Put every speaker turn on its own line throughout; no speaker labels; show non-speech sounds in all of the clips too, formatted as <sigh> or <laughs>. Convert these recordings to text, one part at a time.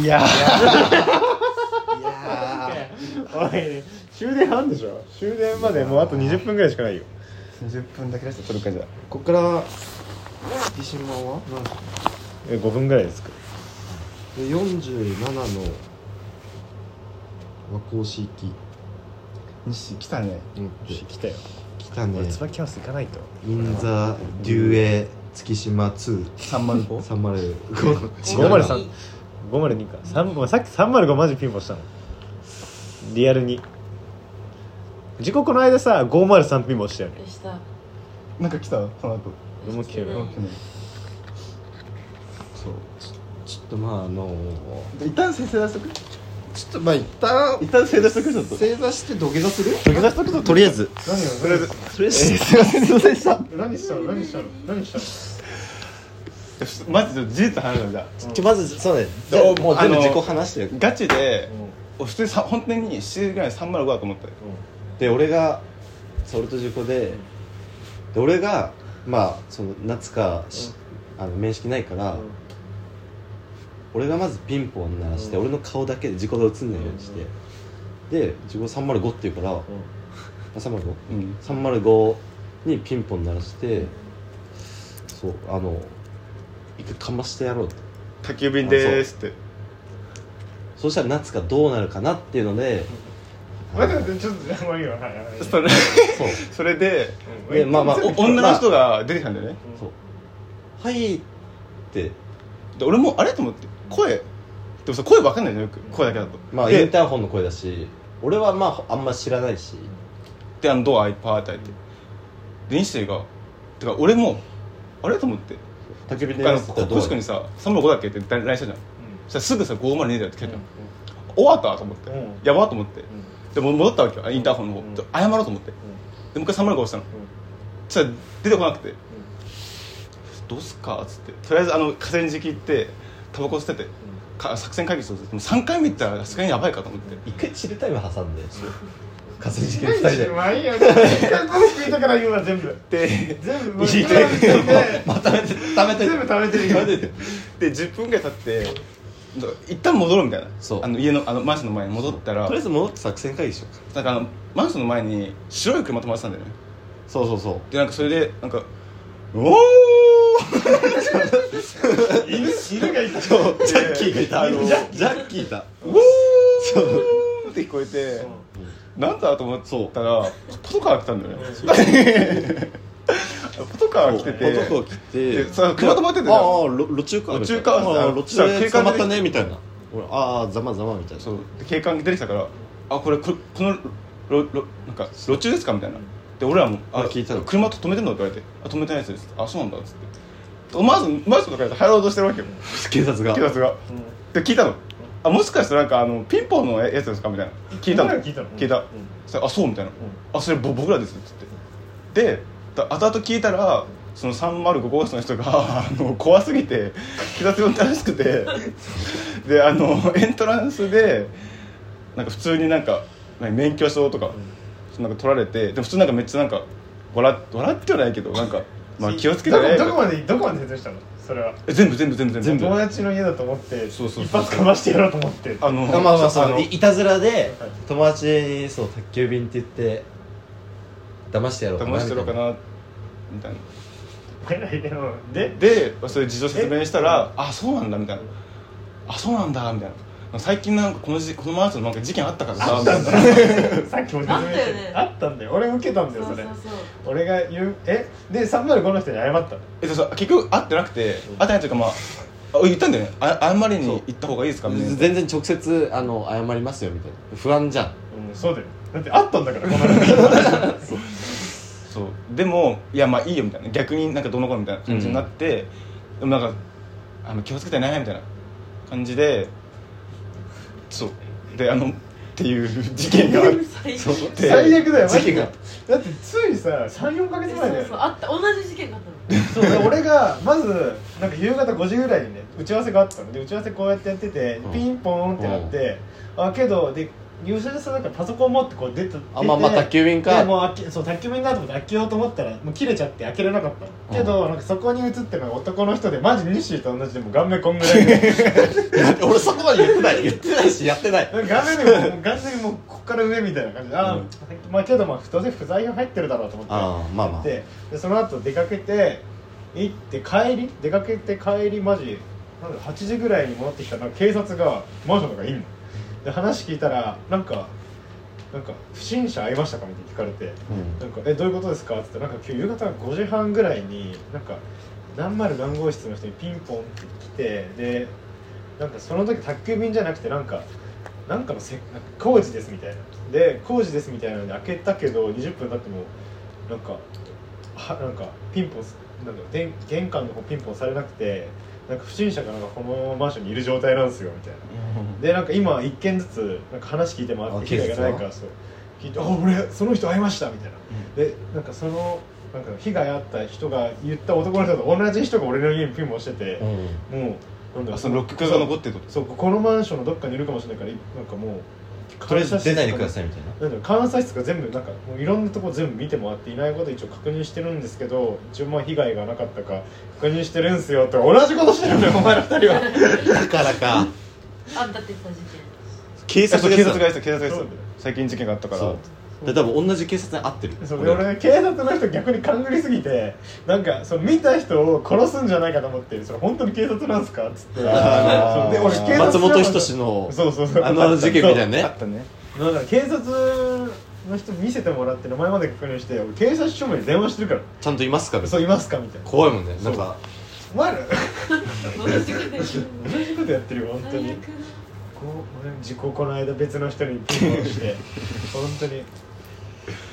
いや
いや
おい終電あんでしょ終電までもうあと20分ぐらいしかないよ
20分だけ出して撮るかじゃ
ーこっから月島は何時
え5分ぐらいですか
で47の和光市行き
西来たね
来たよ
来たね
俺椿ハウス行かないと
インザ・デュエ月島2305305
305
503 502か3さっき305マジピンポンしたのリアルに時刻この間さ503ピンポンしたよね
でした。
なんか来たその後
俺も来てるよ
来てない
そうちちょっとまああの
じゃあ一旦正座しとく
ちょっとまあ一旦
一旦正座しとくちょっと
正座して土下座する
土下座しとくぞとりあえず
何を何を
それして
すいませんすいませんでした
何したの何したの何したの
まずちょっと事実話そうじゃあ
ちょまずそうね
じゃあもう全部自己
話してよ
ガチで
うん
俺普通にさ本当に7時ぐらいに305だと思ったよ
で俺がソルト事故でで俺がまあその夏か、しあの面識ないから、
うん
俺がまずピンポン鳴らして、
うん
俺の顔だけで事故が映んないようにして、で事故305っていうから、305?305
うん
にピンポン鳴らして、そうあの一回かましてやろうと
宅急便でーすって
そしたら夏がどうなるかなっていうので、
待って待ってちょっとじゃあもういいわはいはい
それ
そう
それで
うん
でまあまあ
お女の人が出てきたんだよね
そうはいって
で俺もあれと思って声でもさ声わかんないじゃんよく声だけだと
まあイン
で
ターホンの声だし俺はまああんま知らないし
であのドアパーって開いてで西生がてか俺もあれと思って
竹火で
あ
や
の
つって
こ
どう
こしくにさ「305だっけ?」って LINE したじゃんそしたらすぐさ「502だよ」って聞いたの
う
終わったと思って
うん
やばと思って
んうん
でも戻ったわけよインターホンの
うん
方で謝ろうと思ってでもう一回305押したのそしたら出てこなくて「どうすっか」っつってとりあえずあの河川敷行ってタバコ捨ててか作戦会議しようぜでも3回目行ったらさすがにやばいかと思って
一回チルタイム挟んで河川敷で
何
2人 <laughs> で
まあいいよ聞いたから言うわ全部
で
全部
いいね
<laughs> まとめて貯めて
全部食べてるよ
貯めてる
で10分ぐらい経って一旦戻ろうみたいな
そう
あの家のあのマンションの前に戻ったら
とりあえず戻って作戦会議しようか
なんかあのマンションの前に白い車止まってたんだよね
そうそうそう
でなんかそれでなんか「おお!」
犬犬がいた
ジャッキーがいた
あの
ジャジャッキーいた <laughs>
「おお!」って聞こえてなんだと思ったらパトカー来たんだよねパトカー来てて
男を切って
でそう車止まってて
ああ路路中か
路中か
ああ路中で
そ
捕
う
まったねみたいな俺ああざまざまみたいな
そうで警官が出てきたから「あこれここのろろなんか路中ですか?」みたいなで俺らも「あ
あ聞いたの
車止めてんの?」って言われて「あ止めてないです」あそうなんだ」っつってまずマンションとかで入ろうとしてるわけよ
警察が
警察がで聞いたの「あもしかしてなんかあのピンポンのやつですか?」みたいな聞いたの
俺ら聞いたの
聞い
う
た、
ん
そしたらあそう」みたいな「あそれぼ僕らです」っつってでだ後々聞いたらその305号室の人があの怖すぎて警察呼んだらしくてであのエントランスでなんか普通になんか何免許証とか,、なんか取られてでも普通なんかめっちゃなんか笑っ笑ってはないけどなんか、まあ、気をつけてね
どこどこまでどこまで説明したのそれは
え全部全部全部全部
友達の家だと思って
そうそうそう
一発かましてやろうと思って
あの
あまあまあ
あ
そ
の
のいいたずらで友達にそう宅急便って言って騙してやろうかな
騙してろうかなみたいな
でもで
でそれ事情説明したら「あそうなんだ」みたいな「あそうなんだ」みたいな最近なんかこのじこのマンションなんか事件あったからさみたいな
さっきも説明
あったよね
あったんだよ俺受けたんだ
そう
よそ
そ
う
そ
れ俺
う。
が言うえで305の人に謝ったの
えっとさ結局会ってなくて会ってないというかまああ言ったんだよねああんまりに行った方がいいですかみたいな
全然直接あの謝りますよみたいな不安じ <laughs> ゃん
うんそうだよだってあったんだからこの人
そうでもいやまあいいよみたいな逆になんかどの子みたいな感じになって、でもなんかあの気をつけてねみたいな感じでそうであのっていう事件がある
最近
そう
そう
で
最悪だよマジ
事件
で
が
だってついさ34か月前だよ
そうあった同じ事件があったの。
そうで俺がまずなんか夕方5時ぐらいにね打ち合わせがあったので打ち合わせこうやってやってて
うん
ピンポーンってなって、あけどで入社でさなんかパソコン持ってこう出て
あまあまあ
出て
宅急便か
でもう開けそう宅急便だと思って開けようと思ったらもう切れちゃって開けれなかったのけど、なんかそこに映ってるのが男の人でマジニッシーと同じでもう顔面こんぐらい
<laughs>
で
だって俺そこまで言ってない言ってないしやって <laughs> ない
なんか顔面でももう完全にもうこっから上みたいな感じでああ、
うん
まあけどまあ当然不在が入ってるだろうと思って
ああまあまあ
ででその後出かけて行って帰り出かけて帰りマジなんだ8時ぐらいに戻ってきたらなんか警察がマンションとかいんので話聞いたらなんかなんか不審者会いましたかみたいに聞かれて「なんかえどういうことですか?」って言ったらなんか今日夕方5時半ぐらいになんか何丸何号室の人にピンポンって来てでなんかその時宅急便じゃなくてなんかなんかのせなんか工事ですみたいなで工事ですみたいなので開けたけど20分経ってもなんかはなんかピンポンすなんかで玄関の方ピンポンされなくてなんか不審者がなんかこのマンションにいる状態なんですよみたいなでなんか今1件ずつなんか話聞いてもらっ
あ
て被害がないからそう聞いて「あ俺その人会いました」みたいなでなんかそのなんか被害あった人が言った男の人と同じ人が俺の家にピンポンしてて、もうなんだろ
あ
う
そのロックが残ってるってこ
そうこのマンションのどっかにいるかもしれないからいなんかもう
とりあえず出ないでくだ
い
さいみたいな
なんだろう監査室が全部なんかもういろんなとこ全部見てもらっていないこと一応確認してるんですけど一応まあ被害がなかったか確認してるんすよって同じことしてるんだよお前ら二人は
だからか
あんたって言ってた事
警察
と警
が
察が
やっ
やってた警察がやって
そう
た最近事件があった
た
か
そ
ら
うで多分同じ警察に合ってる
それで俺警察の人逆に勘ぐりすぎてなんかその見た人を殺すんじゃないかと思ってそれ本当に警察なんすかっつってそう
あー
で俺警察
松本人志の
そうそうそう
あの事件みたいなね
あったね
だから警察の人見せてもらって名前まで確認して俺警察署まで電話してるか
ちゃんといますからら
そういますかみたいな
怖いもんね
そう
なんか
お前ら
件同じことでしょ
同じことやってるよ本当
最
に
悪
こう俺事故この間別の人にピンポンして
<laughs>
本当に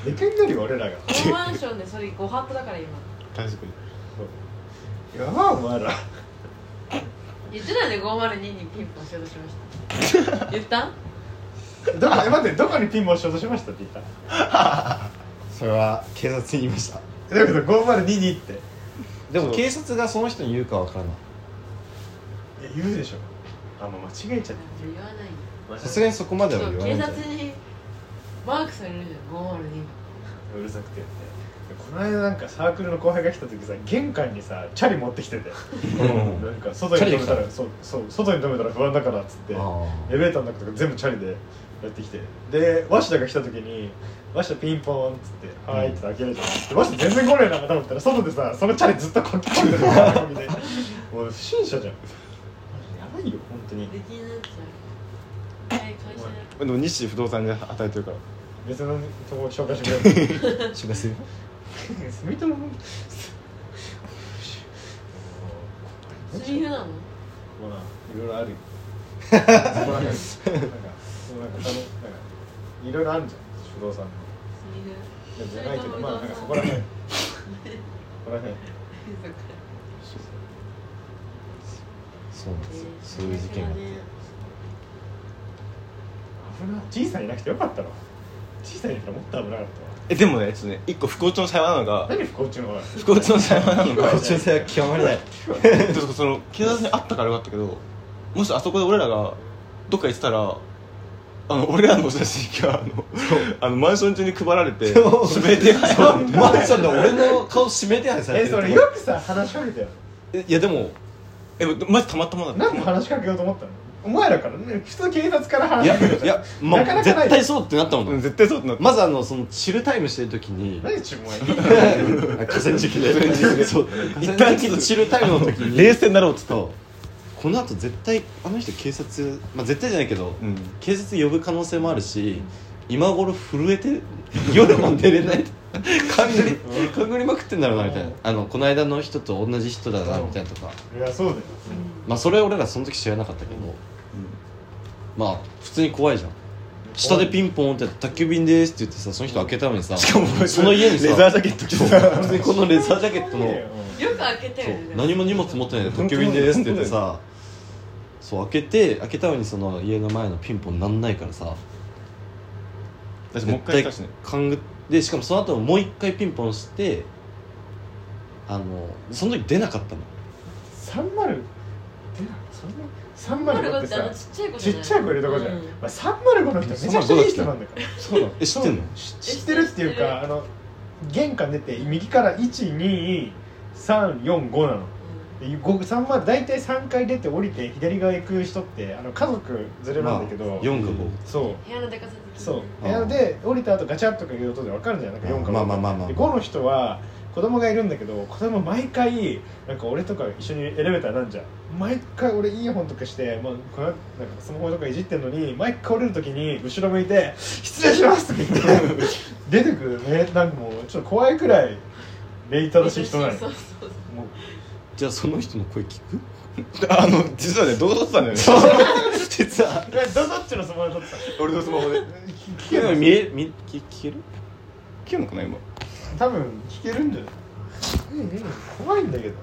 でけんなるよ俺らが
このマンションでそれご法度だから今
確かに
やばいお前ら
言ってたね502にピンポンしようとしました言った
どこえ待ってどこにピンポンしようとしましたって言った
それは警察に言いました
だけど5022って
でも
そう
警察がその人に言うかわからな
い
い
や言うでしょあもう間違えちゃっ
言わないよ
た
さすがにそこまでは
そう
言わないん
警
じゃ
察
ない
にマークされるじゃん502
うるさくてってこの間なんかサークルの後輩が来た時さ玄関にさチャリ持ってきてて
うん
なんか外に止めた
チャリで来
らそうそう外に止めたら不安だからっつってエレベーターの中とか全部チャリでやってきてで鷲田が来た時に鷲田ピンポーンっつって「はーい」って開けるじゃんで鷲田全然来ねえなと思ったら外でさそのチャリずっとこっち来るみ <laughs> たいなもう不審者じゃんやばいよ本当に
できなっちゃうはい会社で
でも西不動産で働いてるから
別のとこ紹介してくれる
あー知らせる
住友も
セリフな
ま
の
あいろいろあるよそこら辺なんかそのなんか他のなんかいろいろあるじゃん不動産ので
セ
もじゃないけどまあなんかそこら辺そこら辺
リフ
そうなんですよそういう事件があって <laughs>
危な小さんいなくてよかったの小さんいたらもっと危なかっ
えでもねちょっとね一個不幸中の幸いなの
たわ
が
何不幸中のは
不幸中の幸いなのが <laughs>
不幸
校長先は極まりない
でもその警察にあったからよかったけどもしあそこで俺らがどっか行ってたらあの俺らの写真があのあのマンション中に配られて指
そう
名手配さ
<laughs>
れて <laughs>
マンションで俺の顔指名手配され
え
てる
それよくさ話しかけたよ
えいやでも
えマジたまたまだった
何で話しかけようと思ったのお前らからね普通警察から
い
話し
や
かける
い
じゃん
や、まあ、
なかなかない
絶対そうってなったもん、
うん絶対そうってなって
まずあのそのチルタイムしてる時に
何注文や
河川敷でそう一旦ちょっとチルタイムの時に
冷静になろうっつって
そうこの後絶対あの人警察、まあ、絶対じゃないけど、
うん
警察呼ぶ可能性もあるし、今頃震えて夜も寝れない勘ぐり勘ぐりまくってんだろうなみたいなあのこの間の人と同じ人だなみたいなとか
いやそうだよ
まあそれ俺らその時知らなかったけど、まあ普通に怖いじゃん下でピンポンってやって宅急便ですって言ってさその人開けたのにさしかもその家にさ
レザージャケット着てさ
普通にこのレザージャケットの
いやうん
よく開けた
そ
よ
う
ね
何も荷物持ってないで宅急便ですって言ってさそう開けて開けたのにその家の前のピンポンなんないからさ
私もう一回来たしね
勘ぐでしかもその後もう一回ピンポンしてあのその時出なかったの
3 0えなんかそんな305って
ってあの
さ
ちっちゃい子
ち
じゃ
っ
ない
ちゃい子いるとこじゃん、
うん
まあ、305の人めちゃくちゃいい人なんだから
そうなの
え知ってんの
知知ってるっていうかあの玄関出て右から12345なのでご三丸大体3回出て降りて左側行く人ってあの家族連れなんだけど、
4か5
そう
部屋のでかさ的に
そう部
あー
屋で降りた後ガチャッとかいう音で分かるじゃんなんか4か
まあまあまあまあ
で5の人は子供がいるんだけど子供毎回なんか俺とか一緒にエレベーターなんじゃん毎回俺イヤホンとかして、まあ、このなんかスマホとかいじってんのに毎回降りる時に後ろ向いて「失礼します」って言って
<laughs>
出てくるねなんかもうちょっと怖いくらい礼儀正しい人ない
そうそう
もう
じゃあその人の声聞く
あの実はね動画撮ってたんだよね
実は
えどどっちのスマホだった
俺のスマホで聞
聞ける見え見聞聞ける
けるのかな今
多分聞けるんじゃない、うんうん、怖いんだけど